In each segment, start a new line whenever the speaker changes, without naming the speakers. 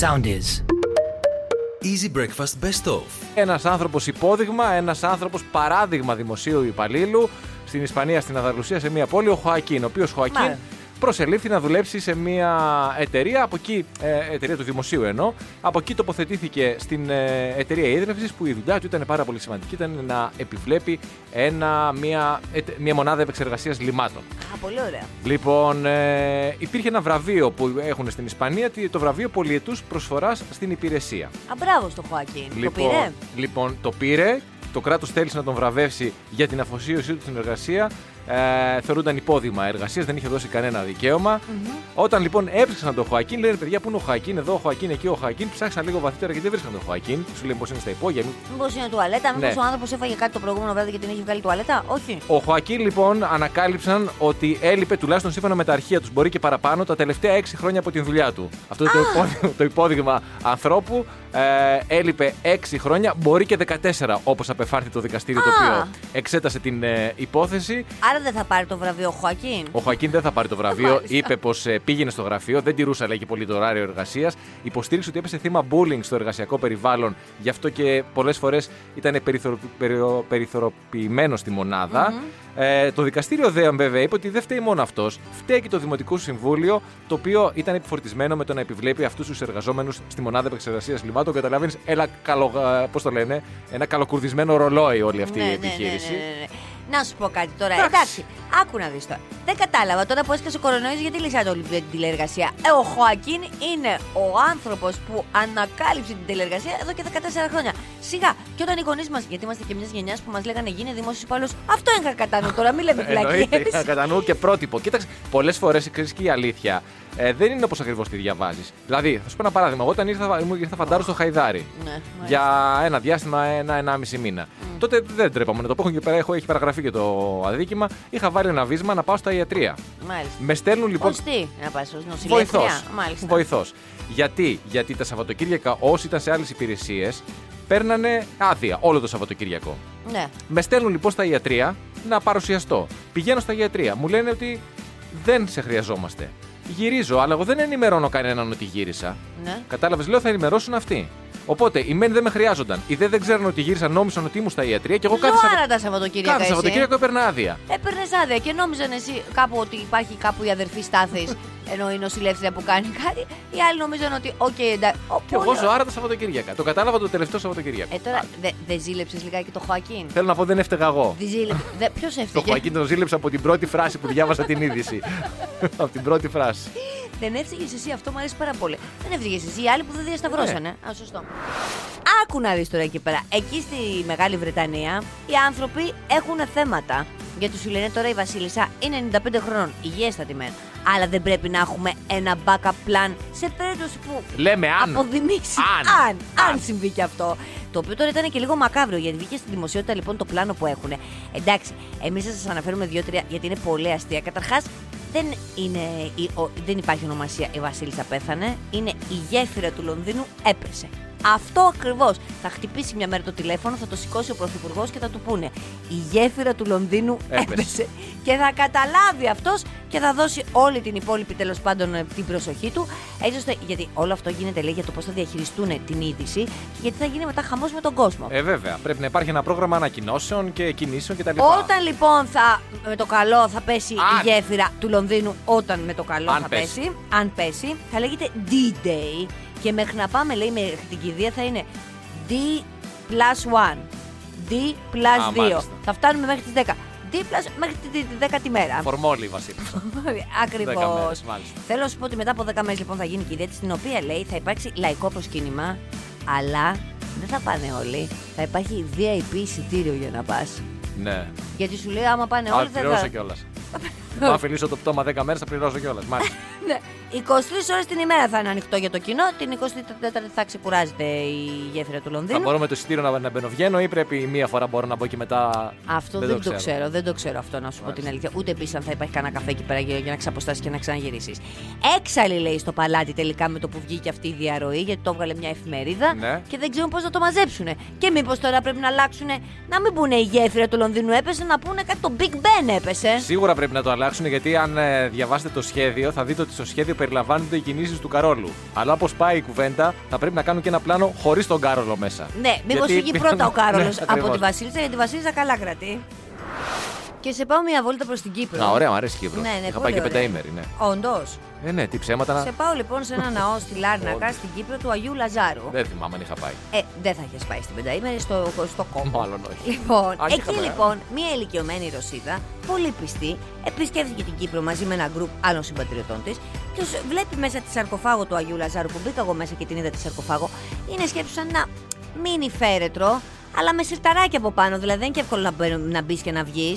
Sound is.
Easy Breakfast Best Of.
Ένας άνθρωπος υπόδειγμα, ένας άνθρωπος παράδειγμα δημοσίου υπαλλήλου στην Ισπανία, στην Ανταλουσία, σε μια πόλη, ο Χωακίν. Ο οποίος Χωακίν
Μάλιστα.
προσελήφθη να δουλέψει σε μια εταιρεία, από εκεί, ε, εταιρεία του δημοσίου εννοώ. Από εκεί τοποθετήθηκε στην ε, εταιρεία ίδρυυσης που η δουλειά του ήταν πάρα πολύ σημαντική. Ήταν να επιβλέπει ένα, μια, ετε- μια μονάδα επεξεργασίας λιμάτων.
Α, πολύ ωραία.
Λοιπόν, ε, υπήρχε ένα βραβείο που έχουν στην Ισπανία, τι- το βραβείο πολιετούς προσφοράς στην υπηρεσία.
Α, μπράβο στο Χωάκιν. Το πήρε.
Λοιπόν, το πήρε. Το κράτος θέλησε να τον βραβεύσει για την αφοσίωσή του στην εργασία. Ε, θεωρούνταν υπόδειγμα εργασίας, δεν είχε δώσει κανένα δικαίωμα. Όταν λοιπόν έψαξαν τον Χωακίν, λένε παιδιά που είναι ο Χωακίν, εδώ ο Χωακίν, εκεί ο Χωακίν. Ψάξαν λίγο βαθύτερα γιατί δεν βρίσκαν τον Χωακίν. Σου λένε πως είναι στα υπόγεια. μην-
Μήπως είναι τουαλέτα, μήπως
Ναι.
ο άνθρωπος έφαγε κάτι το προηγούμενο βράδυ και την έχει βγάλει τουαλέτα. Όχι.
Ο Χωακίν λοιπόν ανακάλυψαν ότι έλειπε τουλάχιστον σύμφωνα με τα αρχεία τους, μπορεί και παραπάνω, τα τελευταία έξι χρόνια από την δουλειά του. Αυτό το, υπόδειγμα, το υπόδειγμα ανθρώπου ε, έλειπε έξι χρόνια, μπορεί και 14 όπως απεφάρθη το δικαστήριο το
Α.
οποίο εξέτασε την ε, υπόθεση.
Άρα δεν θα πάρει το βραβείο ο Χωακίν.
Ο Χωακίν δεν θα πάρει το βραβείο.
Μάλιστα.
Είπε πως πήγαινε στο γραφείο, δεν τηρούσε λέει και πολύ το ωράριο εργασίας. Υποστήριξε ότι έπεσε θύμα bullying στο εργασιακό περιβάλλον. Γι' αυτό και πολλές φορές ήταν περιθωρο- περιο- περιθωριοποιημένο στη μοναδα Ε, το δικαστήριο ΔΕΑΜ βέβαια είπε ότι δεν φταίει μόνο αυτός. Φταίει και το Δημοτικό Συμβούλιο, το οποίο ήταν επιφορτισμένο με το να επιβλέπει αυτούς τους εργαζόμενους στη μονάδα επεξεργασίας λιμάτων. Καταλαβαίνεις, ένα, καλο, ε, πώς το λένε, ένα καλοκουρδισμένο ρολόι όλη αυτή η επιχείρηση.
Ναι, ναι, ναι, ναι. Να σου πω κάτι τώρα.
Εντάξει.
Εντάξει, άκου να δεις τώρα. Δεν κατάλαβα τώρα που έσκασε ο κορονοϊός γιατί λύσατε όλη την τηλεργασία. Ε, ο Χωακίν είναι ο άνθρωπος που ανακάλυψε την τηλεργασία εδώ και 14 χρόνια. Σιγά, και όταν οι γονείς μας, γιατί είμαστε και μιας γενιάς που μας λέγανε γίνε δημόσιος υπάλληλος, αυτό είχα κατά νου τώρα, μην λέμε
Ε, Εννοείται,
πλακίε.
είχα κατά νου και πρότυπο. Κοίταξε, πολλές φορές ξέρεις και η αλήθεια ε, δεν είναι όπως ακριβώς τη διαβάζεις. Δηλαδή, θα σου πω ένα παράδειγμα. Εγώ όταν ήρθα, ήμουν ήρθα φαντάρο στο Χαϊδάρι.
Ναι, μάλιστα. Mm.
για ένα διάστημα, ένα-ενάμιση μήνα. Τότε δεν τρέπαμε να το πω. Έχω, και πέρα- έχω, έχει παραγραφεί και το αδίκημα. Είχα βάλει ένα βίσμα να πάω στα ιατρία.
Μάλιστα.
Με στέλνουν λοιπόν.
Ως τι, να πα ω νοσηλεύτρια.
Βοηθός.
Μάλιστα.
Βοηθός. Γιατί? Γιατί τα Σαββατοκύριακα, όσοι ήταν σε άλλες υπηρεσίες, παίρνανε άδεια όλο το Σαββατοκύριακο.
Ναι.
Με στέλνουν λοιπόν στα ιατρία να παρουσιαστώ. Πηγαίνω στα ιατρία. Μου λένε ότι δεν σε χρειαζόμαστε. Γυρίζω, αλλά εγώ δεν ενημερώνω κανέναν ότι γύρισα.
Ναι.
Κατάλαβες, λέω θα ενημερώσουν αυτοί. Οπότε οι μεν δεν με χρειάζονταν. Οι δε δεν ξέρουν ότι γύρισα, νόμισαν ότι ήμουν στα ιατρία και εγώ κάθε, Σαββα-
Ζωάρα τα
κάθε
Σαββατοκύριακα. εσύ, ε.
Σαββατοκύριακο έπαιρνα άδεια.
Έπαιρνες άδεια και νόμιζαν εσύ κάπου ότι υπάρχει κάπου η αδερφή Στάθης, ενώ η νοσηλεύτρια που κάνει κάτι. Οι άλλοι νομίζαν ότι, οκ, εντάξει.
Και εγώ ζωάρα τα Σαββατοκύριακα. Το κατάλαβα το τελευταίο Σαββατοκύριακο.
Ε, τώρα δε- δεν ζήλεψες λιγάκι το Χωακίν.
Θέλω να πω δεν έφταιγα εγώ.
Δεν ζήλεψε. Δε, Ποιος
Το
έφυγε.
Χωακίν τον ζήλεψα από την πρώτη φράση που διάβασα την είδηση. από την πρώτη φράση.
Δεν έφυγε εσύ, αυτό μου αρέσει πάρα πολύ. Δεν έφυγε εσύ, οι άλλοι που δεν διασταυρώσανε. Α, σωστό. Άκου να δεις τώρα εκεί πέρα. Εκεί στη Μεγάλη Βρετανία οι άνθρωποι έχουν θέματα. Γιατί σου λένε τώρα η Βασίλισσα είναι 95 χρόνων, υγιέστατη μεν. Αλλά δεν πρέπει να έχουμε ένα backup plan σε περίπτωση που
Λέμε αν.
αποδημήσει.
Αν.
Αν, αν, συμβεί και αυτό. Το οποίο τώρα ήταν και λίγο μακάβριο γιατί βγήκε στη δημοσιότητα λοιπόν το πλάνο που έχουν. Εντάξει, εμείς θα σας αναφέρουμε δύο-τρία γιατί είναι πολύ αστεία. Καταρχάς, δεν, είναι, η- ο- δεν υπάρχει ονομασία η Βασίλισσα πέθανε. Είναι η γέφυρα του Λονδίνου έπεσε. Αυτό ακριβώς. Θα χτυπήσει μια μέρα το τηλέφωνο, θα το σηκώσει ο Πρωθυπουργός και θα του πούνε Η γέφυρα του Λονδίνου
Έπεσε.
έπεσε. Και θα καταλάβει αυτός και θα δώσει όλη την υπόλοιπη τέλος πάντων ε, την προσοχή του. Έτσι ώστε, γιατί όλο αυτό γίνεται λέει για το πώς θα διαχειριστούν ε, την είδηση και γιατί θα γίνει μετά χαμός με τον κόσμο.
Ε, βέβαια. Πρέπει να υπάρχει ένα πρόγραμμα ανακοινώσεων και κινήσεων κτλ.
Όταν λοιπόν θα με το καλό θα πέσει
Αν.
η γέφυρα του Λονδίνου, όταν με το καλό
Αν
θα
πέσει.
πέσει. αν πέσει, θα λέγεται D-Day και μέχρι να πάμε λέει μέχρι την κηδεία θα είναι D plus 1, D
Α,
plus 2.
μάλιστα.
Θα φτάνουμε μέχρι τις 10. D plus μέχρι τη- τη τη 10η μέρα.
Φορμόλη, Βασίλισσα. Δέκα
Ακριβώς.
μέρες, μάλιστα.
Θέλω να σου πω ότι μετά από 10 μέρες λοιπόν θα γίνει και η ιδέα της, στην οποία λέει θα υπάρξει λαϊκό προσκύνημα, αλλά δεν θα πάνε όλοι. Θα υπάρχει VIP εισιτήριο για να πας.
Ναι.
Γιατί σου λέει, άμα πάνε όλοι
Θα
θα.
πληρώσω κιόλας. Θα αφιλήσω το πτώμα 10 μέρες, θα πληρώσω κιόλας. Μάλιστα.
Ναι. 23 ώρες την ημέρα θα είναι ανοιχτό για το κοινό, την 24η θα ξεκουράζεται η γέφυρα του
θα
Λονδίνου.
μπορώ με το εισιτήριο να, να μπαινοβγαίνω ή πρέπει μία φορά μπορώ να μπω και μετά.
Αυτό δεν, το, ξέρω. δεν το ξέρω αυτό να σου πω την αλήθεια. Ούτε επίσης αν θα υπάρχει κανένα καφέ εκεί πέρα για, για να ξαποστάσεις και να ξαναγυρίσεις. Έξαλλη λέει στο παλάτι τελικά με το που βγήκε αυτή η διαρροή, γιατί το έβγαλε μια εφημερίδα
Ναι.
και δεν ξέρουν πώς να το μαζέψουν. Και μήπως τώρα πρέπει να αλλάξουν, να μην πούνε η γέφυρα του Λονδίνου έπεσε, να πούνε κάτι το Big Ben έπεσε.
Σίγουρα πρέπει να το αλλάξουν γιατί αν ε, διαβάσετε το σχέδιο θα δείτε ότι στο σχέδιο περιλαμβάνονται οι κινήσεις του Καρόλου. Αλλά όπως πάει η κουβέντα, θα πρέπει να κάνουν και ένα πλάνο χωρίς τον Κάρολο μέσα.
Ναι, μήπως
Γιατί
φύγει
πήγαν-
πρώτα ο Κάρολος
Ναι,
από
ακριβώς.
τη Βασίλισσα, γιατί η Βασίλισσα καλά κρατεί. Και σε πάω μια βόλτα προς την Κύπρο.
Α, ωραία, μου αρέσει η Κύπρο.
Ναι, ναι,
Είχα
πολύ
πάει και
ωραία.
πενταήμερη, ναι.
Όντως.
Ε, ναι, τι ψέματα να.
Σε πάω λοιπόν σε ένα ναό στη Λάρνακα, στην Κύπρο του Αγίου Λαζάρου.
Δεν θυμάμαι αν είχα πάει.
Ε, δεν θα είχες πάει στην πενταήμερη στο, στο κόμμα.
Μάλλον όχι. ε.
Λοιπόν,
Αν και είχα
εκεί
πάει.
λοιπόν μια ηλικιωμένη Ρωσίδα, πολύ πιστή, επισκέφθηκε την Κύπρο μαζί με ένα γκρουπ άλλων συμπατριωτών της και τους βλέπει μέσα τη σαρκοφάγο του Αγίου Λαζάρου που μπήκα εγώ μέσα και την είδα τη σαρκοφάγο. Είναι σκέψη σαν ένα μίνι φέρετρο, αλλά με σιρταράκι από πάνω. Δηλαδή δεν είναι και εύκολο να, μπαίνω- να μπεις και να βγει.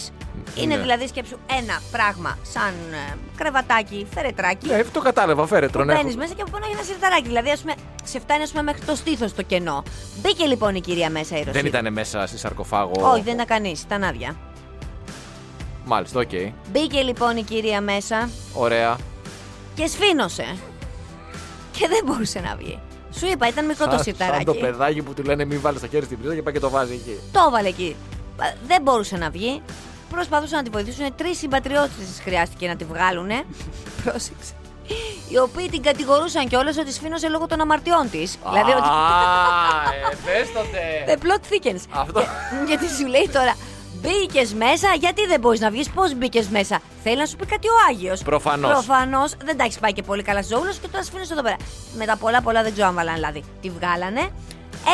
Είναι
Ναι.
δηλαδή σκέψου ένα πράγμα σαν ε, κρεβατάκι, φερετράκι.
Ναι, το κατάλαβα, φέρετρο. ναι.
Μπαίνεις μέσα και από πάνω έχει ένα σιρταράκι. Δηλαδή, ας πούμε, σε φτάνει ας πούμε, μέχρι το στήθος το κενό. Μπήκε λοιπόν η κυρία μέσα η Ρωσίδα.
Δεν ήταν μέσα σε σαρκοφάγο.
Όχι, δεν ήταν κανείς, ήταν άδεια.
Μάλιστα, οκ.
Μπήκε λοιπόν η κυρία μέσα
Ωραία.
και σφήνωσε. Και δεν μπορούσε να βγει. Σου είπα, ήταν μικρό το
Σαν- Σαν το
σιρταράκι.
παιδάκι που του λένε μην βάλεις το χέρι στην πρίζα και πάει και το βάζει εκεί.
Το έβαλε εκεί. Ε, Δεν μπορούσε να βγει. Προσπαθούσαν να τη βοηθήσουν. Τρεις συμπατριώτες της χρειάστηκε να τη βγάλουν. Πρόσεξε. Οι οποίοι την κατηγορούσαν κιόλας ότι σφήνωσε λόγω των αμαρτιών της. Δηλαδή ότι.
Α, ε, πες το τε.
The plot thickens.
Αυτό.
Ε, Γιατί σου λέει τώρα. Μπήκες μέσα, γιατί δεν μπορείς να βγεις, πώς μπήκες μέσα. Θέλει να σου πει κάτι ο Άγιος.
Προφανώς.
Προφανώς δεν τα έχεις πάει και πολύ καλά ζώουλο και τώρα σφήνει εδώ πέρα. Με τα πολλά πολλά δεν ξέρω αν βάλανε λάδι. Τη βγάλανε,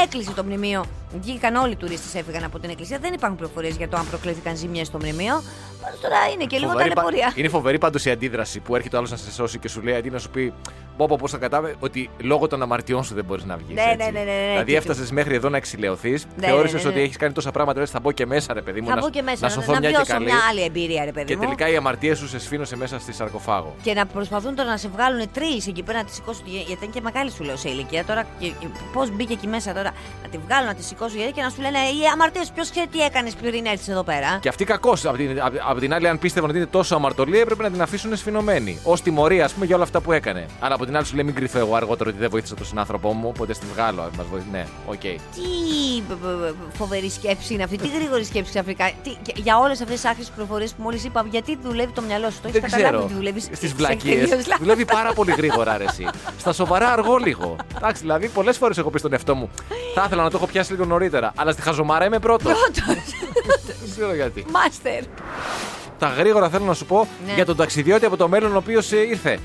έκλεισε το μνημείο. Βγήκαν όλοι οι τουρίστες, έφυγαν από την εκκλησία. Δεν υπάρχουν πληροφορίες για το αν προκλήθηκαν ζημιές στο μνημείο. Πάντως τώρα είναι και λίγο
Φοβερή πα-
ταλαιπωρία.
Είναι φοβερή πάντως η αντίδραση που έρχεται ο άλλος να σε σώσει και σου λέει αντί να σου πει Μπόμπο, πώ θα κατάβε, ότι λόγω των αμαρτιών σου δεν μπορείς να βγεις.
Ναι, ναι, ναι, ναι, ναι,
Δηλαδή
και
έφτασες μέχρι εδώ να εξηλαιωθείς.
ναι,
Θεώρησες
ναι, ναι, ναι.
ότι έχεις κάνει τόσα πράγματα, λες, θα μπω και μέσα, ρε παιδί μου.
Θα
να-
μπω και μέσα,
να
να,
σωθώ
να,
μια και
βιώσω
καλή.
μια άλλη εμπειρία, ρε παιδί
Και
μου.
τελικά οι αμαρτίες σου σε σφήνωσε μέσα στη σαρκοφάγο.
Και να προσπαθούν τώρα να σε βγάλουν τρεις εκεί πέρα να τη σηκώσουν. Γιατί ήταν και μεγάλη σου λέω σε ηλικία. Τώρα πώς μπήκε εκεί μέσα τώρα να τη βγάλουν, να τη σηκώσουν γιατί και να σου λένε Οι αμαρτίες, ποιος ξέρει τι έκανες πριν έρθεις εδώ πέρα.
Και αυτή κακώ. Απ' την, απ'- απ' την άλλη, αν πίστευαν ότι είναι τόσο αμαρτωλή, έπρεπε να την αφήσουν σφινωμένη. Ως τιμωρία, ας πούμε, για όλα αυτά που έκανε. Αλλά από την άλλη, σου λέει μην κρυφθώ εγώ αργότερα ότι δεν βοήθησα τον συνάνθρωπό μου, οπότε στη βγάλω. Μας βοήθησε. Ναι, οκ.
Τι π- π- π- φοβερή σκέψη είναι αυτή, τι γρήγορη σκέψη ξαφνικά. Τι, και- για όλες αυτές τις άχρηστε πληροφορίες που μόλις είπα, γιατί δουλεύει το μυαλό σου. Το έχεις
Δεν
καταλάβει
ξέρω.
ότι δουλεύεις
Στις βλακίε. Δουλεύει πάρα πολύ γρήγορα, ρε, εσύ. Στα σοβαρά αργό λίγο. Εντάξει, δηλαδή πολλές φορές έχω πει στον εαυτό μου. Θα ήθελα να το έχω πιάσει λίγο νωρίτερα. Αλλά στη χαζομάρα είμαι πρώτος.
Πρώτος,
Δεν ξέρω γιατί.
μάστερ.
Τα γρήγορα θέλω να σου πω
Ναι.
για τον ταξιδιώτη από το μέλλον ο οποίος ήρθε.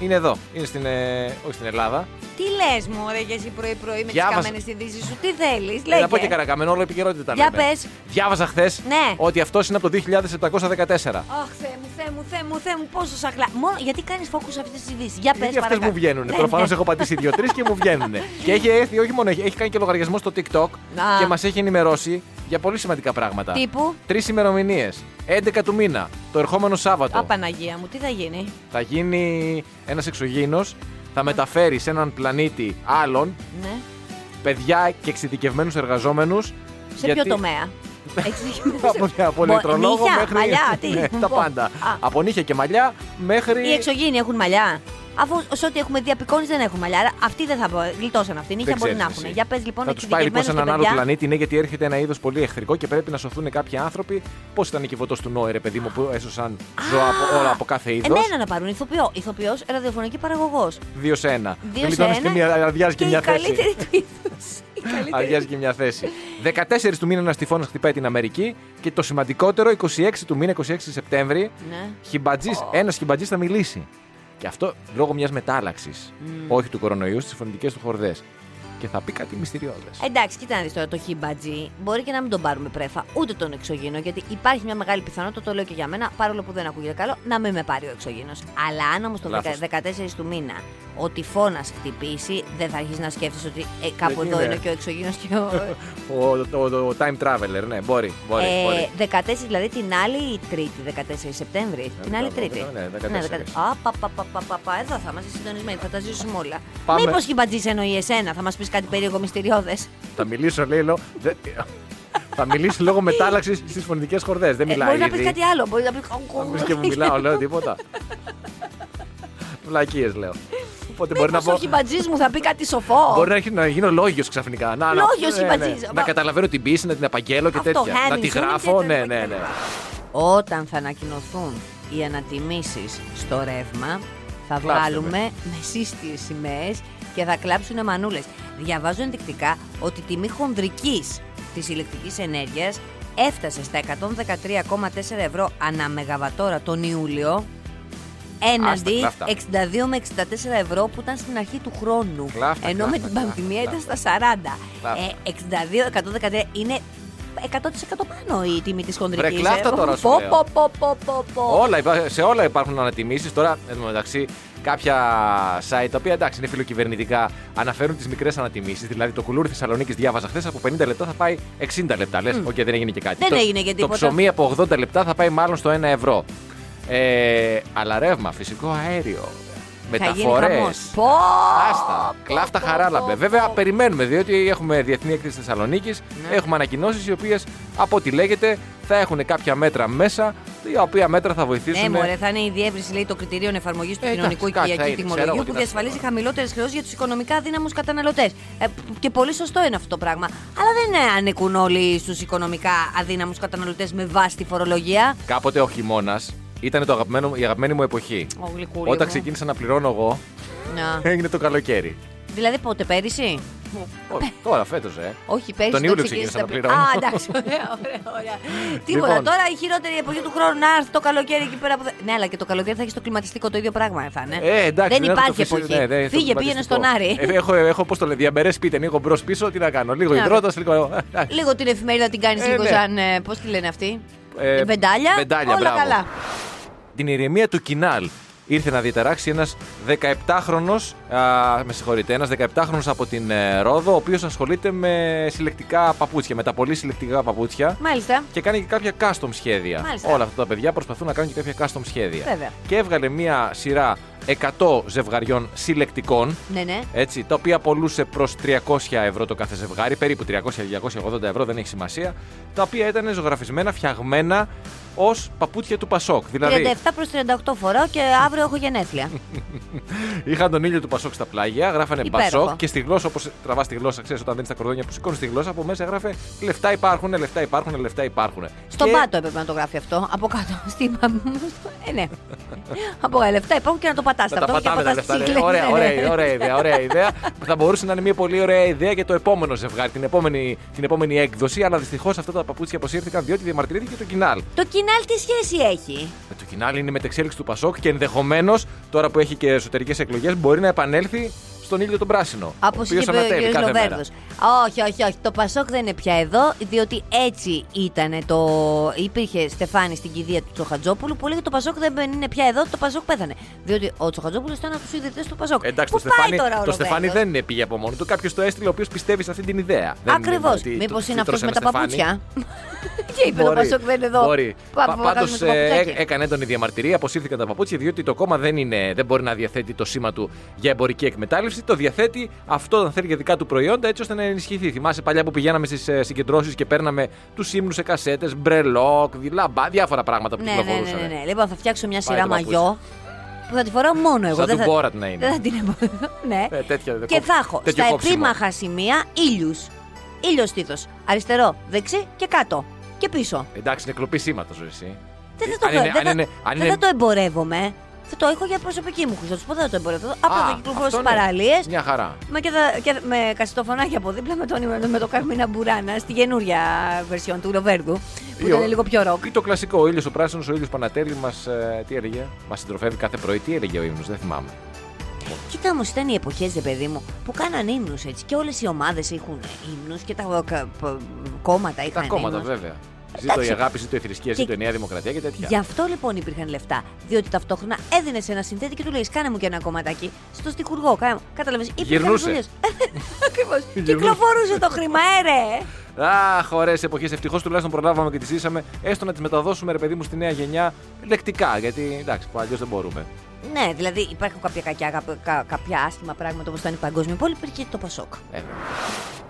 Είναι εδώ. Είναι στην. ε, όχι στην Ελλάδα.
Τι λες, Μωρέ, για εσύ πρωί-πρωί με τις
Διάβασα.
καμένες ειδήσεις σου, τι θέλεις.
Ε, Να πω και καρακαμένο, όλο επικαιρότητα.
Για
λέμε.
πες.
Διάβαζα χθες
Ναι.
ότι αυτός είναι από το 2714.
Αχ, Θεέ μου, Θεέ μου, Θεέ μου, Θεέ μου, πόσο σαχλά. Μόνο γιατί κάνεις φόκου σε αυτές τις ειδήσεις. Για πε
Γιατί αυτέ μου βγαίνουν.
Ναι,
Προφανώς έχω πατήσει δύο-τρει και μου βγαίνουν. και έχει έρθει, όχι μόνο, έχει, έχει κάνει και λογαριασμό στο TikTok
Α.
και μας έχει ενημερώσει για πολύ σημαντικά πράγματα.
Τύπου.
Τρεις ημερομηνίες. 11 του μήνα, το ερχόμενο Σάββατο,
Απαναγία μου, τι θα γίνει.
θα γίνει ένας εξωγήινος, θα μεταφέρει σε έναν πλανήτη άλλον
Ναι.
παιδιά και εξειδικευμένους εργαζόμενους.
Σε ποιο τομέα. Εξηγήμαστε.
από, από ηλεκτρολόγο
νύχια,
μέχρι.
μαλλιά, τι.
ναι, τα
Πω.
πάντα.
Α.
Από νύχια και μαλλιά μέχρι.
Οι εξωγήινοι έχουν μαλλιά. Αφού σε ό,τι έχουμε δει απεικόνες δεν έχουν μαλλιά. Άρα αυτοί δεν θα μπο- γλιτώσαν αυτοί. Νύχια
Δεν
μπορεί να
ξέρεις
έχουν.
εσύ.
Για πες λοιπόν,
θα τους πάει λοιπόν σε
εξειδικευμένους
έναν
και
άλλο
παιδιά.
πλανήτη, ναι, γιατί έρχεται ένα είδος πολύ εχθρικό και πρέπει να σωθούν κάποιοι άνθρωποι. Πώς ήταν η κυβωτό του Νόε, ρε παιδί μου, που έσωσαν ζώα από, όλα από κάθε είδος.
Εμένα να πάρουν ηθοποιό. Ηθοποιός, ραδιοφωνική παραγωγός.
Δύο σε ένα.
Δύο σε
Γλιτώνεις
ένα.
και μια, αδειάζει και,
η
μια θέση.
καλύτερη του είδους. Η καλύτερη.
Αδειάζει και μια θέση. 14 του μήνα ένα τυφώνας χτυπάει την Αμερική και το σημαντικότερο 26 του μήνα, 26 Σεπτέμβρη,
Ναι.
Χιμπατζής, ένας χιμπατζής θα μιλήσει. Και αυτό λόγω μιας μετάλλαξης. Όχι του κορονοϊού, στις φωνητικές του χορδές. Και θα πει κάτι μυστηριώδες.
Εντάξει, κοίτα να δεις τώρα το χιμπατζή. Μπορεί και να μην τον πάρουμε πρέφα, ούτε τον εξωγήινο, γιατί υπάρχει μια μεγάλη πιθανότητα, το λέω και για μένα, παρόλο που δεν ακούγεται καλό, να μην με πάρει ο εξωγήινος. Αλλά αν όμως το
Λάθος.
14 του μήνα ο τυφώνα χτυπήσει, δεν θα αρχίσει να σκέφτεσαι ότι ε, κάπου
Δεν
εδώ
είναι.
είναι και ο εξωγήινος και ο.
Ο, ο, ο, ο time traveler, ναι, μπορεί. μπορεί, μπορεί.
Ε, 14, δηλαδή την άλλη Τρίτη, 14 Σεπτέμβρη. την
ναι,
άλλη
ναι,
Τρίτη.
ναι, 14.
Α, πα, πα, πα, πα, πα, πα, εδώ θα είμαστε συντονισμένοι, θα τα ζήσουμε όλα.
Πάμε.
Μήπως χιμπατζής εννοεί εσένα, θα μας πεις κάτι περίεργο μυστηριώδες.
Θα μιλήσω, λέει, λό... δε- θα μιλήσει λόγω μετάλλαξης στις φωνητικές χορδές. Δεν
Ε,
μιλάει.
μπορείς να
ήδη.
πεις κάτι άλλο. Μπορείς να πεις.
Θα μου πεις και μου μιλάω, λέω τίποτα. Βλακίες λέω. Οπότε μπορεί να
Μήπως ο
πω.
χιμπατζής μου θα πει κάτι σοφό.
Μπορεί να, αρχίσω να γίνω λόγιος ξαφνικά. Να, να-
Λόγιος
ναι, ναι.
χιμπατζής.
Να καταλαβαίνω την πίεση, να την απαγγέλω και
Αυτό,
τέτοια.
hand
Να τη
zoom
γράφω,
και
ναι,
τέτοια.
ναι, ναι.
Όταν θα ανακοινωθούν οι ανατιμήσεις στο ρεύμα, Θα
Κλάψτε
βγάλουμε μεσίστιε σημαίες και θα κλάψουν μανούλες. Διαβάζω ενδεικτικά ότι η τιμή χονδρικής της ηλεκτρικής ενέργειας έφτασε στα 113,4 ευρώ ανά μεγαβατόρα τον Ιούλιο έναντι
κλάφτα.
62 με 64 ευρώ που ήταν στην αρχή του χρόνου.
Κλάφτα,
Ενώ
κλάφτα,
με την
κλάφτα,
πανδημία ήταν
κλάφτα.
στα 40.
Κλάφτα.
Ε, 62-113 είναι 100% πάνω η τιμή της χονδρικής.
Βρε, κλάφτα τώρα σου λέω.
Πω, πω, πω, πω, πω.
Όλα, υπά- σε όλα υπάρχουν ανατιμήσεις. Τώρα, εν τω μεταξύ, κάποια site τα οποία εντάξει είναι φιλοκυβερνητικά αναφέρουν τις μικρές ανατιμήσεις. Δηλαδή, το κουλούρι Θεσσαλονίκης διάβαζα χθες από 50 λεπτά θα πάει 60 λεπτά. Λες, οκ, δεν έγινε και κάτι.
Δεν
το,
έγινε και τίποτα.
Το ψωμί από 80 λεπτά θα πάει μάλλον στο 1 ευρώ. Ε, αλλά ρεύμα, φυσικό αέριο.
Θα γίνει
Μεταφορές.
χαμός. Πω,
Άστα,
πω,
κλάφτα
πω,
χαράλαμπε.
πω,
Βέβαια,
πω.
περιμένουμε διότι έχουμε διεθνή έκθεση Θεσσαλονίκης.
Ναι.
Έχουμε ανακοινώσεις οι οποίες, από ό,τι λέγεται, θα έχουν κάποια μέτρα μέσα, τα οποία μέτρα θα
Ναι,
βοηθήσουν.
μωρέ, θα είναι η διεύρυνση λέει, των κριτηρίων εφαρμογής του
Ε, εντάξει,
κοινωνικού
κάτι θα
οικιακού
είναι, ξέρω εγώ
τιμολογίου
τι
που
να σου
διασφαλίζει
πω.
χαμηλότερες χρεώσεις για τους οικονομικά δύναμους καταναλωτές. Ε, π- και πολύ σωστό είναι αυτό το πράγμα. Αλλά δεν ε, ανήκουν όλοι στους οικονομικά αδύναμους καταναλωτές με βάση τη φορολογία.
Κάποτε ο χειμώνας ήταν το αγαπημένο, η αγαπημένη μου εποχή.
Ο γλυκούλη
Όταν
μου.
ξεκίνησα να πληρώνω εγώ,
Να.
έγινε το καλοκαίρι.
Δηλαδή πότε, πέρυσι.
Ω,
Ναι.
Τώρα φέτος, ε.
Όχι, πέρυσι.
Τον
το
Ιούλιο
ξεκίνησε
ξεκίνησα
τα
να πληρώνω.
Α, εντάξει. Ωραία, ωραία. ωραία. Τίποτα.
Λοιπόν.
Τώρα η χειρότερη εποχή του χρόνου να έρθει το καλοκαίρι εκεί πέρα που. θα- Ναι, αλλά και το καλοκαίρι θα έχεις το κλιματιστικό το ίδιο πράγμα, θα είναι.
Ε, εντάξει,
ναι. δεν
έχω το
υπάρχει
φυσικό-
εποχή.
ναι, δεν- το
Φύγε, πήγαινε
κλιματιστικό.
στον Άρη.
Ε, έχω, έχω πώς το λέω, διαμπερέ σπίτι, ανοίγω μπρος πίσω, τι να κάνω. Λίγο
Να.
υδρότας, λίγο.
Λίγο την εφημερίδα την κάνεις
Ε,
λίγο
ναι.
σαν. Ε, Πώς τη λένε αυτή.
Ε,
Ε, βεντάλια.
βεντάλια,
όλα
μπράβο.
καλά.
την ηρεμία του Κινάλ. Ήρθε να διαταράξει ένας 17χρονο, με συγχωρείτε, ένας 17χρονο από την ε, Ρόδο, ο οποίος ασχολείται με συλλεκτικά παπούτσια, με τα πολύ συλλεκτικά παπούτσια.
Μάλιστα.
Και κάνει και κάποια custom σχέδια.
Μάλιστα.
Όλα αυτά τα παιδιά προσπαθούν να κάνουν και κάποια custom σχέδια.
Βέβαια.
Και έβγαλε μία σειρά 100 ζευγαριών συλλεκτικών.
Ναι, ναι.
Έτσι, τα οποία πολλούσε προς 300 ευρώ το κάθε ζευγάρι, περίπου 300-280 ευρώ, δεν έχει σημασία. Τα οποία ήταν ζωγραφισμένα, φτιαγμένα ως παπούτσια του Πασόκ. Δηλαδή,
37 προς 38 φοράω και αύριο έχω γενέθλια.
Είχαν τον ήλιο του Πασόκ στα πλάγια, γράφανε
Υπέροχο.
Πασόκ και στη γλώσσα, όπως τραβάς τη γλώσσα, ξέρεις όταν δίνεις τα κορδόνια που σηκώνεις τη γλώσσα, από μέσα γράφε Λεφτά υπάρχουν, λεφτά υπάρχουν, λεφτά υπάρχουν.
Στον
και...
πάτο έπρεπε να το γράφει αυτό. Από κάτω. Στην Ε, ναι. Από ε, λεφτά υπάρχουν και να το πατάς.
Να τα πατάμε τα λεφτά. λέει.
Ναι,
Ωραία, ωραία, ωραία ιδέα. Ωραία ιδέα. Θα μπορούσε να είναι μια πολύ ωραία ιδέα για το επόμενο ζευγάρι, την επόμενη, την επόμενη έκδοση. Αλλά δυστυχώς αυτά τα παπούτσια αποσύρθηκαν διότι διαμαρτυρήθηκε το κοινάλ.
Το κοινάλ τι σχέση έχει.
Ε, Το κοινάλ είναι η μετεξέλιξη του Πασόκ και ενδεχομένως τώρα που έχει και εσωτερικές εκλογές μπορεί να επανέλθει στον ήλιο τον πράσινο. ο
Από
οποίος
είπε
ανατεύει
ο κ.
κάθε μέρα.
Λοβέρδο. Όχι, όχι, όχι. Το Πασόκ δεν είναι πια εδώ, διότι έτσι ήταν το. Υπήρχε Στεφάνη στην κηδεία του Τσοχατζόπουλου που λέγεται Το Πασόκ δεν είναι πια εδώ, το Πασόκ πέθανε. Διότι ο Τσοχατζόπουλος ήταν από τους ιδρυτές του Πασόκ.
Ε, Εντάξει,
Πού
το Στεφάνι,
πάει τώρα ο
το Στεφάνι
Λοβέρδος?
δεν είναι πήγε από μόνο του. Κάποιος το έστειλε ο οποίος πιστεύει σε αυτή την ιδέα. Δεν
Ακριβώς.
ότι
Μήπω
το-
είναι
το
αυτό με
έστειλε
τα
Στεφάνι.
παπούτσια. Και είπε το
Μπορεί,
Πασόκ δεν είναι εδώ.
Μπορεί. ε,
Πάμε, πάμε να
Πάντω
κάνουμε το παπουτσάκι.
έκανε έντονη διαμαρτυρία, αποσύρθηκαν τα παπούτσια, διότι το κόμμα δεν, είναι, δεν μπορεί να διαθέτει το σήμα του για εμπορική εκμετάλλευση. Το διαθέτει αυτό όταν θέλει για δικά του προϊόντα, έτσι ώστε να ενισχυθεί. Θυμάσαι παλιά που πηγαίναμε στις συγκεντρώσεις και παίρναμε τους ύμνους σε κασέτες, μπρελόκ, λαμπά, διάφορα πράγματα που
Ναι, ναι, ναι,
κυκλοφορούσαν.
ναι, ναι. Λοιπόν, θα φτιάξω μια
Πάει
σειρά
το παπούτσι.
μαγιό που θα τη φοράω μόνο εγώ.
Σαν
δεν
του
θα-
Μπόρατ να είναι.
Δεν θα την έχω. ναι.
Ε, τέτοια, δεν
και
κόψει-
θα έχω
τέτοιο
στα
κόψιμο.
επίμαχα σημεία ήλιους. Ήλιος τύθο. Αριστερό, δεξί και κάτω. Και πίσω.
Εντάξει, είναι κλοπή σήματος, εσύ.
Δεν
Ε,
θα το,
αν είναι-
δεν
αν
θα-
είναι- αν
δεν
είναι-
θα το εμπορεύομαι. Θα το έχω για προσωπική μου χρήση. Θα του πω δεν θα το εμπορεύω. Απλά
Α,
θα κυκλοφορώ
αυτό
στις
ναι.
παραλίες.
Μια χαρά.
Μα και, θα, και με καστοφωνάκια από δίπλα με τον με το Καρμίνα Μπουράνα στη καινούρια βερσιόν του Ροβέρντου
Ή
που ήταν
ο-
λίγο πιο ροκ.
Ή το κλασικό, ο ήλιος ο πράσινος, ο ήλιος Πανατέλη μας. τι έλεγε, μας συντροφεύει κάθε πρωί. Τι έλεγε ο ύμνο, δεν θυμάμαι.
Κοίτα όμως, ήταν οι εποχές, ρε παιδί μου, που κάναν ύμνους έτσι. Και όλες οι ομάδες έχουν ύμνους και τα κα- π- κόμματα
Τα
είχαν.
κόμματα,
ύμνους.
βέβαια. Ζήτω η
Εντάξει.
αγάπη, ζήτω η θρησκεία,
Και-
ζήτω η Νέα Δημοκρατία και τέτοια.
Γι' αυτό λοιπόν υπήρχαν λεφτά. Διότι ταυτόχρονα έδινες ένα συνθέτη και του λέει: Κάνε μου και ένα κομματάκι στο στιχουργό. Κάνε... μου». Κατάλαβες, υπήρχαν
Γυρνούσε.
δουλειές. Ακριβώς. Κυκλοφορούσε το χρήμα, ε, έρε.
Αχ, ωραίες εποχές. Ευτυχώς τουλάχιστον προλάβαμε και τις ζήσαμε. Έστω να τις μεταδώσουμε, ρε παιδί μου, στη νέα γενιά λεκτικά. Γιατί εντάξει, αλλιώς δεν μπορούμε.
Ναι, δηλαδή υπάρχουν κάποια κακιά, κα- κα- κάποια άσχημα πράγματα όπως ήταν η Παγκόσμια Πόλη, υπήρχε το Πασόκ.
Ε.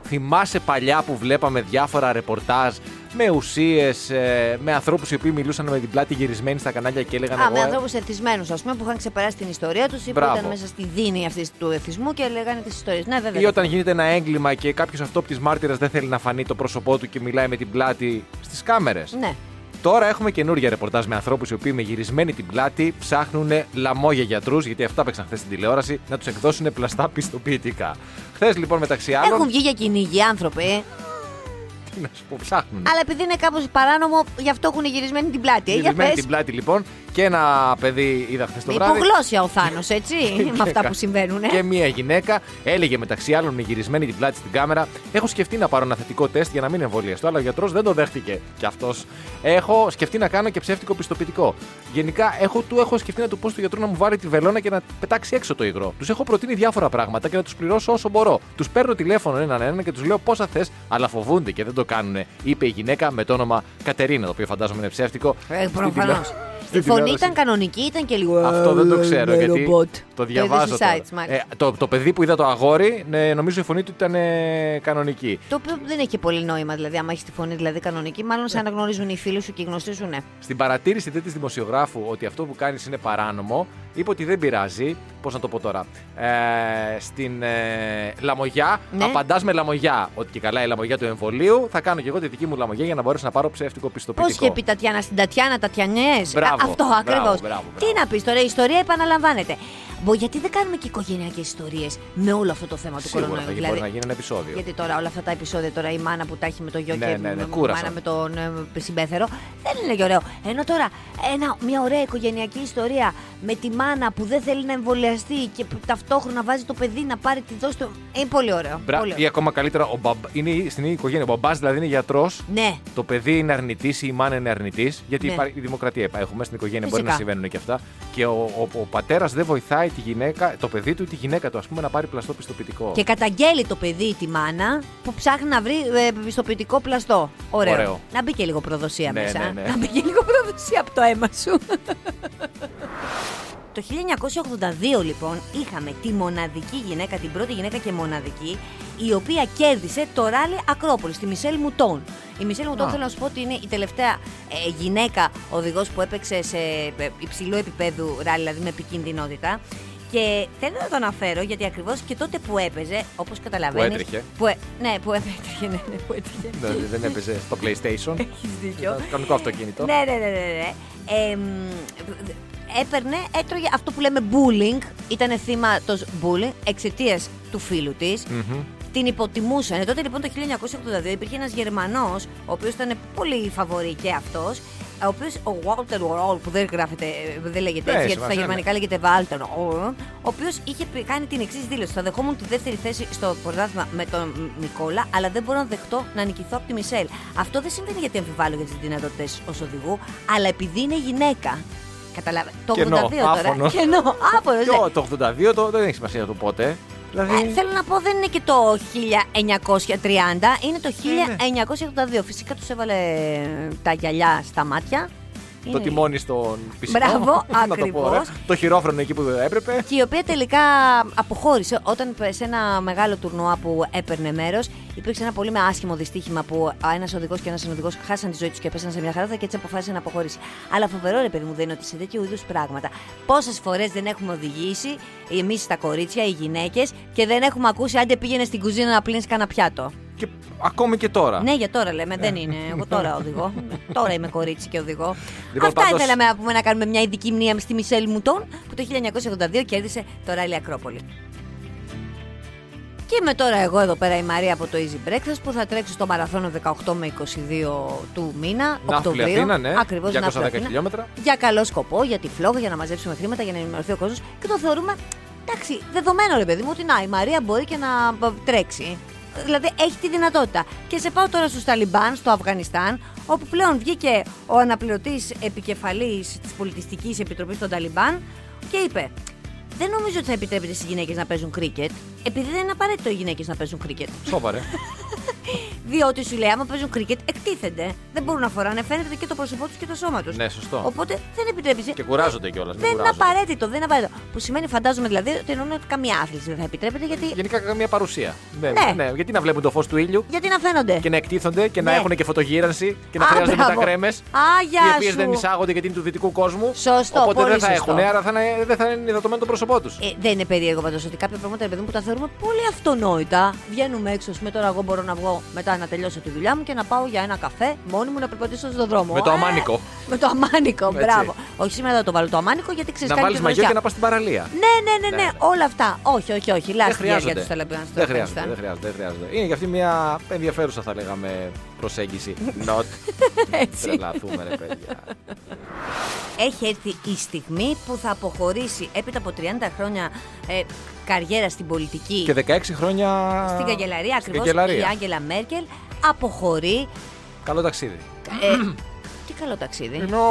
Θυμάσαι παλιά που βλέπαμε διάφορα ρεπορτάζ με ουσίες, με ανθρώπους οι οποίοι μιλούσαν με την πλάτη γυρισμένη στα κανάλια και έλεγαν.
Α, με
«Εγώ, ε,
ανθρώπους εθισμένους, ας πούμε, που είχαν ξεπεράσει την ιστορία τους ή που
Μπράβο.
ήταν μέσα στη δίνη αυτής του εθισμού και λέγανε τις ιστορίες. Ναι, βέβαια.
Ή όταν γίνεται ένα έγκλημα και κάποιος αυτόπτης μάρτυρας δεν θέλει να φανεί το πρόσωπό του και μιλάει με την πλάτη στις κάμερες.
Ναι.
Τώρα έχουμε καινούργια ρεπορτάζ με ανθρώπους οι οποίοι με γυρισμένη την πλάτη ψάχνουν λαμό για γιατρούς, γιατί αυτά παίξαν χθες στην τηλεόραση, να τους εκδώσουν πλαστά πιστοποιητικά. Χθες λοιπόν μεταξύ άλλων.
Έχουν βγει για κυνήγι άνθρωποι.
Τι να σου πω, ψάχνουν.
Αλλά επειδή είναι κάπως παράνομο, γι' αυτό έχουν γυρισμένη την πλάτη. ε, για
Γυρισμένη
πες.
την πλάτη λοιπόν και ένα παιδί είδα χθες το
Με
βράδυ.
υπογλώσια ο Θάνος, έτσι. με αυτά
κα-
που συμβαίνουν. ε.
Και μία γυναίκα έλεγε μεταξύ άλλων με γυρισμένη την πλάτη στην κάμερα: Έχω σκεφτεί να πάρω ένα θετικό τεστ για να μην εμβολιαστώ, αλλά ο γιατρός δεν το δέχτηκε. Και αυτός. Έχω σκεφτεί να κάνω και ψεύτικο πιστοποιητικό. Γενικά, έχω, του έχω σκεφτεί να του πω στο γιατρό να μου βάλει τη βελόνα και να πετάξει έξω το υγρό. Τους έχω προτείνει διάφορα πράγματα και να τους πληρώσω όσο μπορώ. Τους παίρνω τηλέφωνο έναν έναν και τους λέω πόσα θες, αλλά φοβούνται και δεν το κάνουν. Είπε η γυναίκα με το όνομα Κατερίνα, το οποίο φαντάζομαι είναι ψεύτικο.
Ε,
Στην
Προφανώ.
τηλεό-
Η
στην
φωνή
τηλεόραση.
ήταν κανονική, ήταν και λίγο.
Αυτό δεν το ξέρω
ε,
γιατί
ρομπότ.
το
είδες
διαβάζω.
στις
τώρα.
sites, μάλιστα.
Ε, το, το παιδί που είδα το αγόρι, ναι, νομίζω η φωνή του ήταν ε, κανονική.
Το οποίο δεν έχει και πολύ νόημα, δηλαδή, άμα έχεις τη φωνή δηλαδή κανονική, μάλλον
Ναι.
σε αναγνωρίζουν οι φίλοι σου και οι γνωστοί σου, ναι.
Στην παρατήρηση τη δημοσιογράφου ότι αυτό που κάνεις είναι παράνομο, είπε ότι δεν πειράζει. Πώς να το πω τώρα. Ε, στην ε, λαμογιά,
Ναι.
απαντάς με λαμογιά. Ότι και καλά η λαμογιά του εμβολίου, θα κάνω και εγώ τη δική μου λαμογιά για να μπορέσω να πάρω ψεύτικο
Πώ
πιστοποιητικό.
είχε πει Τατιάνα στην Τατιάνα, Τατιανιές.
Μπράβο,
Αυτό
μπράβο,
ακριβώς.
μπράβο,
Τι
μπράβο.
να πεις τώρα, η ιστορία επαναλαμβάνεται. Μπο, γιατί δεν κάνουμε και οικογενειακές ιστορίες με όλο αυτό το θέμα του
Σίγουρα θα
κορονοϊού. δηλαδή?
γίνει- μπορεί να γίνει ένα επεισόδιο.
Γιατί τώρα όλα αυτά τα επεισόδια, τώρα η μάνα που τα έχει με το γιο
Ναι,
και
ναι, ναι,
η
κούρασαν.
μάνα με τον ε, συμπέθερο, δεν είναι και ωραίο. Ενώ τώρα ένα, μια ωραία οικογενειακή ιστορία με τη μάνα που δεν θέλει να εμβολιαστεί και που ταυτόχρονα βάζει το παιδί να πάρει τη δόση του. Είναι πολύ ωραίο.
Μπρα-
πολύ
Ή
ωραίο.
ακόμα καλύτερα, ο μπαμπ, είναι στην ίδια οικογένεια. Ο μπαμπάς δηλαδή είναι γιατρός.
Ναι.
Το παιδί είναι αρνητής ή η μάνα είναι αρνητής. Γιατί
Ναι.
υπάρχει η δημοκρατία είπα, έχουμε στην οικογένεια, μπορεί
Φυσικά.
να συμβαίνουν και αυτά. Και ο, ο, ο πατέρας δεν βοηθάει τη γυναίκα, το παιδί του ή τη γυναίκα του, ας πούμε, να πάρει πλαστό πιστοποιητικό.
Και καταγγέλει το παιδί τη μάνα που ψάχνει να βρει ε, πιστοποιητικό πλαστό. Ωραίο.
Ωραίο.
Να μπει και λίγο προδοσία
Ναι,
μέσα.
ναι, ναι.
Να μπει και λίγο προδοσία από το αίμα σου. Το 1982 λοιπόν είχαμε τη μοναδική γυναίκα, την πρώτη γυναίκα και μοναδική, η οποία κέρδισε το ράλι Ακρόπολη, τη Μισελ Μουτόν. Η Μισελ Μουτόν
Α.
θέλω να σου πω ότι είναι η τελευταία ε, γυναίκα οδηγός που έπαιξε σε ε, υψηλό επίπεδο ράλι, δηλαδή με επικίνδυνοτητα. Και θέλω να το αναφέρω γιατί ακριβώς και τότε που έπαιζε, όπως καταλαβαίνεις...
έτρεχε.
που έ- ναι, που έτρεχε, ναι, ναι, που έτρεχε.
Ναι, δεν- δεν έπαιζε στο PlayStation.
Έχεις δίκιο.
Ήταν κανονικό αυτοκίνητο.
Ε, Ναι, ναι, ναι, ναι. ναι. Ε, μ, έπαιρνε, έτρωγε αυτό που λέμε bullying. Ήταν θύμα το bullying εξαιτίας του φίλου της.
Μμμ.
Την υποτιμούσαν. Τότε λοιπόν το 1982 υπήρχε ένας Γερμανός, ο οποίος ήταν πολύ φαβορή και αυτός. Ο οποίος, ο Walter Roll, που δεν γράφεται, ε, δεν λέγεται
Ναι,
έτσι, γιατί στα
σημασία, ναι.
γερμανικά λέγεται Walter Roll, ο οποίος είχε πει- κάνει την εξής δήλωση. Θα δεχόμουν τη δεύτερη θέση στο πρωτάθλημα με τον Μικόλα, αλλά δεν μπορώ να δεχτώ να νικηθώ από τη Μισελ. Αυτό δεν συμβαίνει γιατί αμφιβάλλω για τις δυνατότητες ως οδηγού, αλλά επειδή είναι γυναίκα. Καταλάβατε. Το 82
Κενό,
τώρα.
άφωνος.
Κενό, άφωνος, ναι.
Και το 82 το, δεν έχει σημασία το πότε. Δηλαδή.
Ε, θέλω να πω, δεν είναι και το 1930, είναι
Ε, ναι.
το 1982. Φυσικά τους έβαλε ε, τα γυαλιά στα μάτια.
Το
Είναι-
τιμόνι στον πισινό.
Μπράβο,
να το πω,
ακριβώς.
ωραία. Το χειρόφρονο εκεί που δεν έπρεπε.
Και η οποία τελικά αποχώρησε όταν σε ένα μεγάλο τουρνουά που έπαιρνε μέρος υπήρξε ένα πολύ με άσχημο δυστύχημα που ένας οδηγός και ένας συνοδηγός χάσαν τη ζωή τους και πέσαν σε μια χαρά και έτσι αποφάσισε να αποχωρήσει. Αλλά φοβερό ρε παιδί μου δεν είναι ότι σε τέτοιου είδους πράγματα. Πόσες φορές δεν έχουμε οδηγήσει εμείς τα κορίτσια, οι γυναίκες και δεν έχουμε ακούσει άντε πήγαινε στην κουζίνα να πλύνεις κανένα πιάτο.
Και ακόμη και τώρα.
Ναι, για τώρα λέμε, δεν είναι. Εγώ τώρα οδηγώ. τώρα είμαι κορίτσι και οδηγώ.
Λοιπόν,
Αυτά
πάντως-
ήθελαμε να πούμε να κάνουμε μια ειδική μνήμα στη Μισελ Μουτών που το 1982 κέρδισε το Ράλι Ακρόπολη. Και είμαι τώρα εγώ εδώ πέρα η Μαρία από το Easy Breakfast που θα τρέξω στο μαραθώνο 18 με 22 του μήνα,
Ναύπλη
Οκτωβρίου.
Αθήνα, ναι.
Ακριβώς,
210
Ναύπλη Αθήνα.
χιλιόμετρα.
Για καλό σκοπό, για τη φλόγα, για να μαζέψουμε χρήματα, για να ενημερωθεί ο κόσμος. Και το θεωρούμε, εντάξει, δεδομένο ρε παιδί μου, ότι να, η Μαρία μπορεί και να μ, τρέξει. Δηλαδή έχει τη δυνατότητα. Και σε πάω τώρα στους Ταλιμπάν, στο Αφγανιστάν, όπου πλέον βγήκε ο αναπληρωτής επικεφαλής της Πολιτιστικής Επιτροπής των Ταλιμπάν και είπε: Δεν νομίζω ότι θα επιτρέπεται στις γυναίκες να παίζουν κρίκετ, επειδή δεν είναι απαραίτητο οι γυναίκες να παίζουν κρίκετ.
Σόβαρε.
Διότι σου λέει, άμα παίζουν κρίκετ, εκτίθενται. Δεν μπορούν να φοράνε, φαίνεται και το πρόσωπό τους και το σώμα τους.
ναι, σωστό.
Οπότε δεν επιτρέπεται.
Και κουράζονται κιόλας.
Δεν είναι απαραίτητο, δεν είναι απαραίτητο. Που σημαίνει, φαντάζομαι δηλαδή, ότι εννοούν ότι καμία άθληση δεν θα επιτρέπεται γιατί,
Γενικά καμία παρουσία. Ναι,
Ναι.
ναι. Γιατί να βλέπουν το φως του ήλιου
γιατί να φαίνονται.
και να εκτίθονται και να
Ναι.
έχουν και φωτογύρανση και να
Α,
χρειάζονται
μπράβο.
μετά κρέμες.
Α, γεια
Οι οποίες
σου.
δεν εισάγονται γιατί είναι του δυτικού κόσμου.
Σωστό,
Οπότε
πολύ
δεν θα
σωστό.
έχουν, άρα θα είναι, δεν θα είναι υδατωμένο το πρόσωπό τους.
Ε, δεν είναι περίεργο πάντως ότι κάποια πράγματα, ρε παιδί μου, που τα θεωρούμε πολύ αυτονόητα. Βγαίνουμε έξω, με τώρα εγώ μπορώ να βγω μετά να τελειώσω τη δουλειά μου και να πάω για ένα καφέ μόνη μου να περπατήσω στον δρόμο.
Με το
Ε,
αμάνικο.
με το αμάνικο,
Έτσι.
μπράβο. Όχι σήμερα θα το βάλω το αμάνικο γιατί ξέρεις
Να βάλει μαγιό και να πας στην παραλία.
Ναι, ναι, ναι, ναι,
Ναι.
όλα αυτά. Όχι, όχι, όχι.
Δεν
Λάστιγα για
χρειάζονται.
τους Ταλαμπιάν στο
Δεν χρειάζεται, δεν
Αφγανιστάν.
χρειάζεται, δεν χρειάζεται. Είναι και αυτή μια ενδιαφέρουσα, θα λέγαμε, προσέγγιση. Not.
Έτσι.
Τρελαθούμε, ρε παιδιά.
Έχει έρθει η στιγμή που θα αποχωρήσει έπειτα από 30 χρόνια ε, καριέρα στην πολιτική.
Και 16 χρόνια.
Στην καγκελαρία
στην
ακριβώς η
καγκελαρία.
Άγγελα Μέρκελ αποχωρεί.
Καλό ταξίδι.
Ε, τι καλό ταξίδι.
Ενώ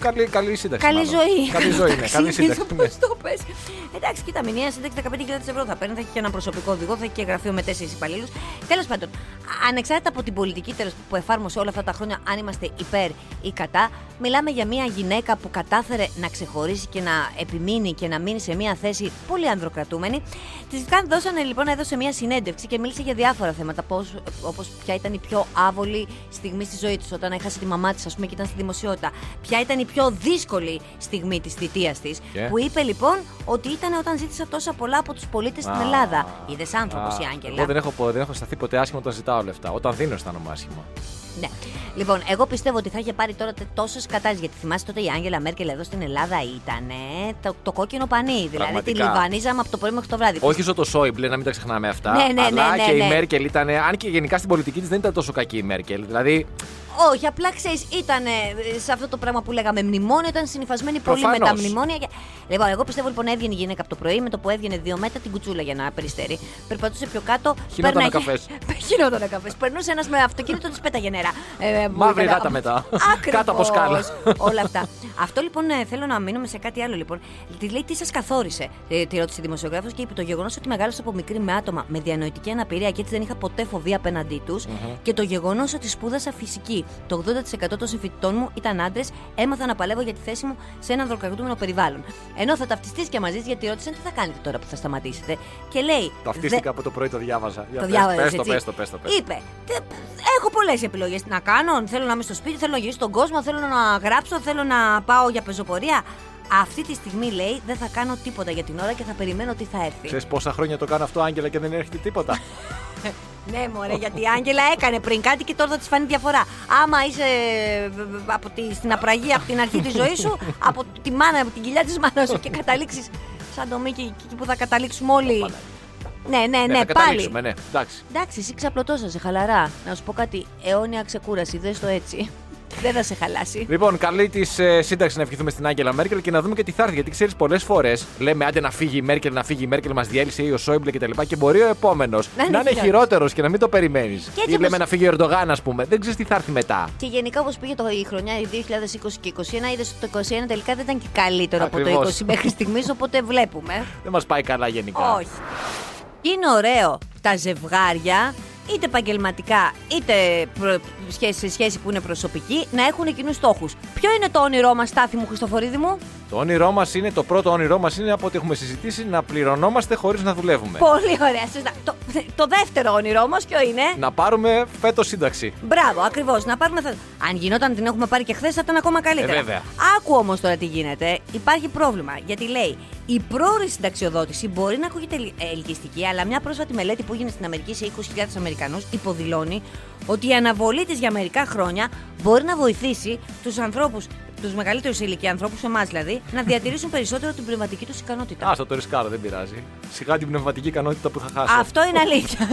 καλή, καλή σύνταξη.
Καλή
Ε, μάλλον.
ζωή.
Καλή ζωή, ναι. Καλή σύνταξη.
Πώς το πες. Εντάξει, κοίτα, μηνιαία σύνταξη 15.000 ευρώ θα παίρνει, θα έχει και ένα προσωπικό οδηγό, θα έχει και γραφείο με τέσσερις υπαλλήλους. Τέλος πάντων, ανεξάρτητα από την πολιτική τέλος, που εφάρμοσε όλα αυτά τα χρόνια, αν είμαστε υπέρ ή κατά, μιλάμε για μια γυναίκα που κατάφερε να ξεχωρίσει και να επιμείνει και να μείνει σε μια θέση πολύ ανδροκρατούμενη. Της καν δώσανε λοιπόν, έδωσε μια συνέντευξη και μίλησε για διάφορα θέματα, πώς- όπως ποια ήταν η πιο άβολη στιγμή στη ζωή της, όταν έχασε τη μαμά της ας πούμε και ήταν στη δημοσιότητα, ποια ήταν η πιο δύσκολη στιγμή της θητείας της,
Και?
που είπε λοιπόν ότι ήταν όταν ζήτησε τόσα πολλά από τους πολίτες στην
Α.
Ελλάδα. Είδες άνθρωπος
Α,
η Άγγελα.
Εγώ δεν έχω, πο- δεν έχω σταθεί ποτέ άσχημα όταν ζητάω λεφτά. Όταν δίνω, αισθάνομαι άσχημα.
Ναι. Λοιπόν, εγώ πιστεύω ότι θα είχε πάρει τώρα τόσες κατάσεις. Γιατί θυμάστε τότε η Άγγελα Μέρκελ εδώ στην Ελλάδα ήταν το, το κόκκινο πανί. Δηλαδή τη
Πραγματικά.
λιβανίζαμε από το πρωί μέχρι το βράδυ.
Όχι ζω το Σόιμπλε, να μην τα ξεχνάμε αυτά.
Ναι, ναι, ναι,
αλλά
ναι,
και
ναι.
η Μέρκελ ήταν. Αν και γενικά στην πολιτική της δεν ήταν τόσο κακή η Μέρκελ. Δηλαδή,
Όχι, απλά ξέρεις, ήταν ε, σε αυτό το πράγμα που λέγαμε μνημόνιο, ήταν συνυφασμένη πολύ με
Προφανώς.
τα μνημόνια. και- Λοιπόν, εγώ πιστεύω λοιπόν έβγαινε η γυναίκα από το πρωί, με το που έβγαινε δύο μέτρα την κουτσούλα για να περιστέρει. Περπατούσε πιο κάτω.
Χινότανε καφές.
Χινόταν καφές. Περνούσε ένας με αυτοκίνητο, της πέταγε νερά. Ε,
Μαύρη
ήταν-
γάτα μετά.
Ακριβώς.
Κάτω από σκάλα.
Όλα αυτά. Αυτό λοιπόν ε, θέλω να μείνουμε σε κάτι άλλο λοιπόν. Τη λέει τι σας καθόρισε, ε, τη ρώτησε η δημοσιογράφος και είπε το γεγονός ότι μεγάλωσα από μικρή με άτομα με διανοητική αναπηρία και έτσι δεν είχα ποτέ φοβία απέναντί τους. Και το γεγονός ότι σπούδασα φυσική. Το 80% των συμφοιτητών μου ήταν άντρες, έμαθα να παλεύω για τη θέση μου σε ένα ανδροκρατούμενο περιβάλλον. Ενώ θα ταυτιστείς και μαζί της, γιατί ρώτησε τι θα κάνετε τώρα που θα σταματήσετε. Και λέει. «Δε-
ταυτίστηκα από το πρωί, το διάβαζα. Για
το
πες,
διάβαζες,
πες το,
έτσι.
πες το, πες το, πες το.
Είπε, «Τε- έχω πολλές επιλογές τι να κάνω, θέλω να είμαι στο σπίτι, θέλω να γυρίσω στον κόσμο, θέλω να γράψω, θέλω να πάω για πεζοπορία. Αυτή τη στιγμή λέει δεν θα κάνω τίποτα για την ώρα και θα περιμένω τι θα έρθει.
Ξέρεις πόσα χρόνια το κάνω αυτό, Άγγελα, και δεν έρχεται τίποτα.
Ναι, μωρέ, γιατί η Άγγελα έκανε πριν κάτι και τώρα θα της φανεί διαφορά. Άμα είσαι ε, από τη, στην απραγία από την αρχή της ζωής σου, από τη μάνα, από την κοιλιά της μάνας σου και καταλήξεις σαν το Μίκη εκεί που θα καταλήξουμε όλοι. Ναι, ναι, ναι,
θα
πάλι.
καταλήξουμε, ναι. Εντάξει.
Εντάξει, εσύ ξαπλωτώσασαι χαλαρά. Να σου πω κάτι, αιώνια ξεκούραση, δες το έτσι. Δεν θα σε χαλάσει.
Λοιπόν, καλή τη ε, σύνταξη να ευχηθούμε στην Άγγελα Μέρκελ και να δούμε και τι θα έρθει. Γιατί ξέρεις, πολλές φορές λέμε άντε να φύγει η Μέρκελ, να φύγει η Μέρκελ, μας διέλυσε ή ο Σόιμπλε κτλ. Και, μπορεί ο επόμενος
Να είναι
να είναι
χειρότερος.
χειρότερος και να μην το περιμένεις.
Και έτσι
Ή λέμε
όπως-
να φύγει ο Ερντογάν, ας πούμε. Δεν ξέρεις τι θα έρθει μετά.
Και γενικά όπως πήγε το, η χρονιά η 2020 και 2021, είδες ότι το 2021 τελικά δεν ήταν και καλύτερο από το
Ακριβώς.
20 μέχρι στιγμής, οπότε βλέπουμε.
Δεν μας πάει καλά γενικά.
Όχι. Είναι ωραίο τα ζευγάρια, είτε επαγγελματικά είτε προ- σχέση- σε σχέση που είναι προσωπική, να έχουν κοινούς στόχους. Ποιο είναι το όνειρό μας, Στάθη μου, Χριστοφορίδη μου,
Το όνειρό μας είναι, το πρώτο όνειρό μας είναι από ό,τι έχουμε συζητήσει, να πληρωνόμαστε χωρίς να δουλεύουμε.
Πολύ ωραία. σωστά. Το, το δεύτερο όνειρό όμω ποιο είναι.
Να πάρουμε φέτο σύνταξη.
Μπράβο, ακριβώς. Να πάρουμε. Θα... Αν γινόταν την έχουμε πάρει και χθες, θα ήταν ακόμα καλύτερα.
Ε, βέβαια.
Άκου όμως τώρα τι γίνεται. Υπάρχει πρόβλημα. Γιατί λέει η πρόορη συνταξιοδότηση μπορεί να ακούγεται ελ- ελκυστική, αλλά μια πρόσφατη μελέτη που έγινε στην Αμερική σε 20.000 Αμερικανούς υποδηλώνει ότι η αναβολή της για μερικά χρόνια μπορεί να βοηθήσει τους ανθρώπους, τους μεγαλύτερους σε ηλικία ανθρώπους, εμάς δηλαδή, να διατηρήσουν περισσότερο την πνευματική τους ικανότητα.
Α, το ρισκάρω, δεν πειράζει. Σιγά την πνευματική ικανότητα που θα χάσω.
Αυτό είναι αλήθεια.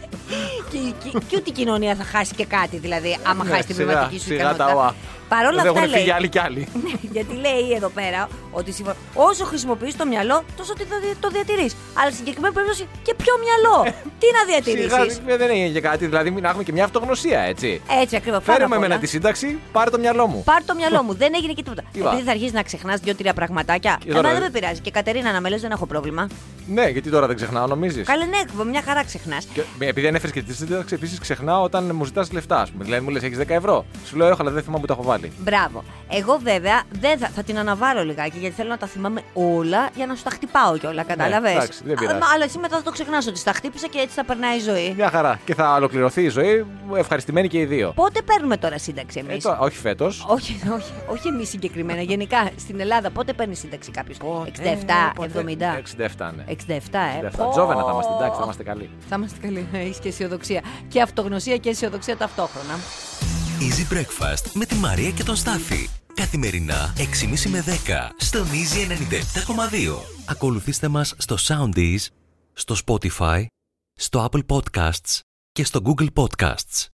και, και, και ούτε η κοινωνία θα χάσει και κάτι, δηλαδή, άμα
Ναι,
χάσει την
σιγά,
πνευματική σου
σιγά
ικανότητα.
τα ΟΑ.
Παρ' όλα
Δεν
αυτά
έχουν φύγει
λέει.
άλλοι κι άλλοι.
Ναι, γιατί λέει εδώ πέρα ότι συμφω- όσο χρησιμοποιείς το μυαλό, τόσο ότι θα δι- το διατηρείς. Αλλά στην συγκεκριμένη περίπτωση και ποιο μυαλό. Τι να διατηρήσεις.
Ε, Σιγά, δεν έγινε και κάτι, δηλαδή μην έχουμε και μια αυτογνωσία, έτσι.
Έτσι ακριβώς.
Φέρε με εμένα τη σύνταξη, πάρε το μυαλό μου.
Πάρ το μυαλό μου, δεν έγινε και τίποτα.
Είπα.
Επειδή θα αρχίσεις να ξεχνάς δύο-τρία πραγματάκια.
Και
Εμένα
τώρα-
δεν με πειράζει. Και Κατερίνα, να με λες, δεν έχω πρόβλημα.
Ναι, γιατί τώρα δεν ξεχνάω, νομίζεις.
Καλέ, ναι, μια χαρά ξεχνάς.
Και επειδή ανέφερε και τη σύνταξη, επίσης ξεχνάω όταν μου ζητάς λεφτά. ας πούμε. Δηλαδή μου λες: Έχεις 10 ευρώ. Σου λέω: Έχω, αλλά δεν θυμάμαι που τα έχω βάλει.
Μπράβο. Εγώ βέβαια δεν θα, θα την αναβάλω λιγάκι γιατί θέλω να τα θυμάμαι όλα για να σου τα χτυπάω κιόλα, κατάλαβε.
Ναι, εντάξει, δεν πειράζει.
αλλά εσύ μετά θα το ξεχνάς ότι στα χτύπησα και έτσι θα περνάει η ζωή.
Μια χαρά. Και θα ολοκληρωθεί η ζωή ευχαριστημένοι και οι δύο.
Πότε παίρνουμε τώρα σύνταξη εμείς.
Ε, τώρα- όχι φέτος.
Όχι, όχι, όχι εμείς συγκεκριμένα. Γενικά στην Ελλάδα πότε παίρνει σύνταξη κάποιος.
ε,
67,
67, ναι.
70. 67, ε.
67. Τζόβενα θα είμαστε, εντάξει, θα είμαστε καλοί.
Θα είμαστε καλοί. Έχεις και αισιοδοξία. Και αυτογνωσία και αισιοδοξία ταυτόχρονα.
Easy Breakfast με τη Μαρία και τον Στάφη. Καθημερινά 6.30 με 10 στον Easy 97.2. Ακολουθήστε μας στο Soundees, στο Spotify, στο Apple Podcasts και στο Google Podcasts.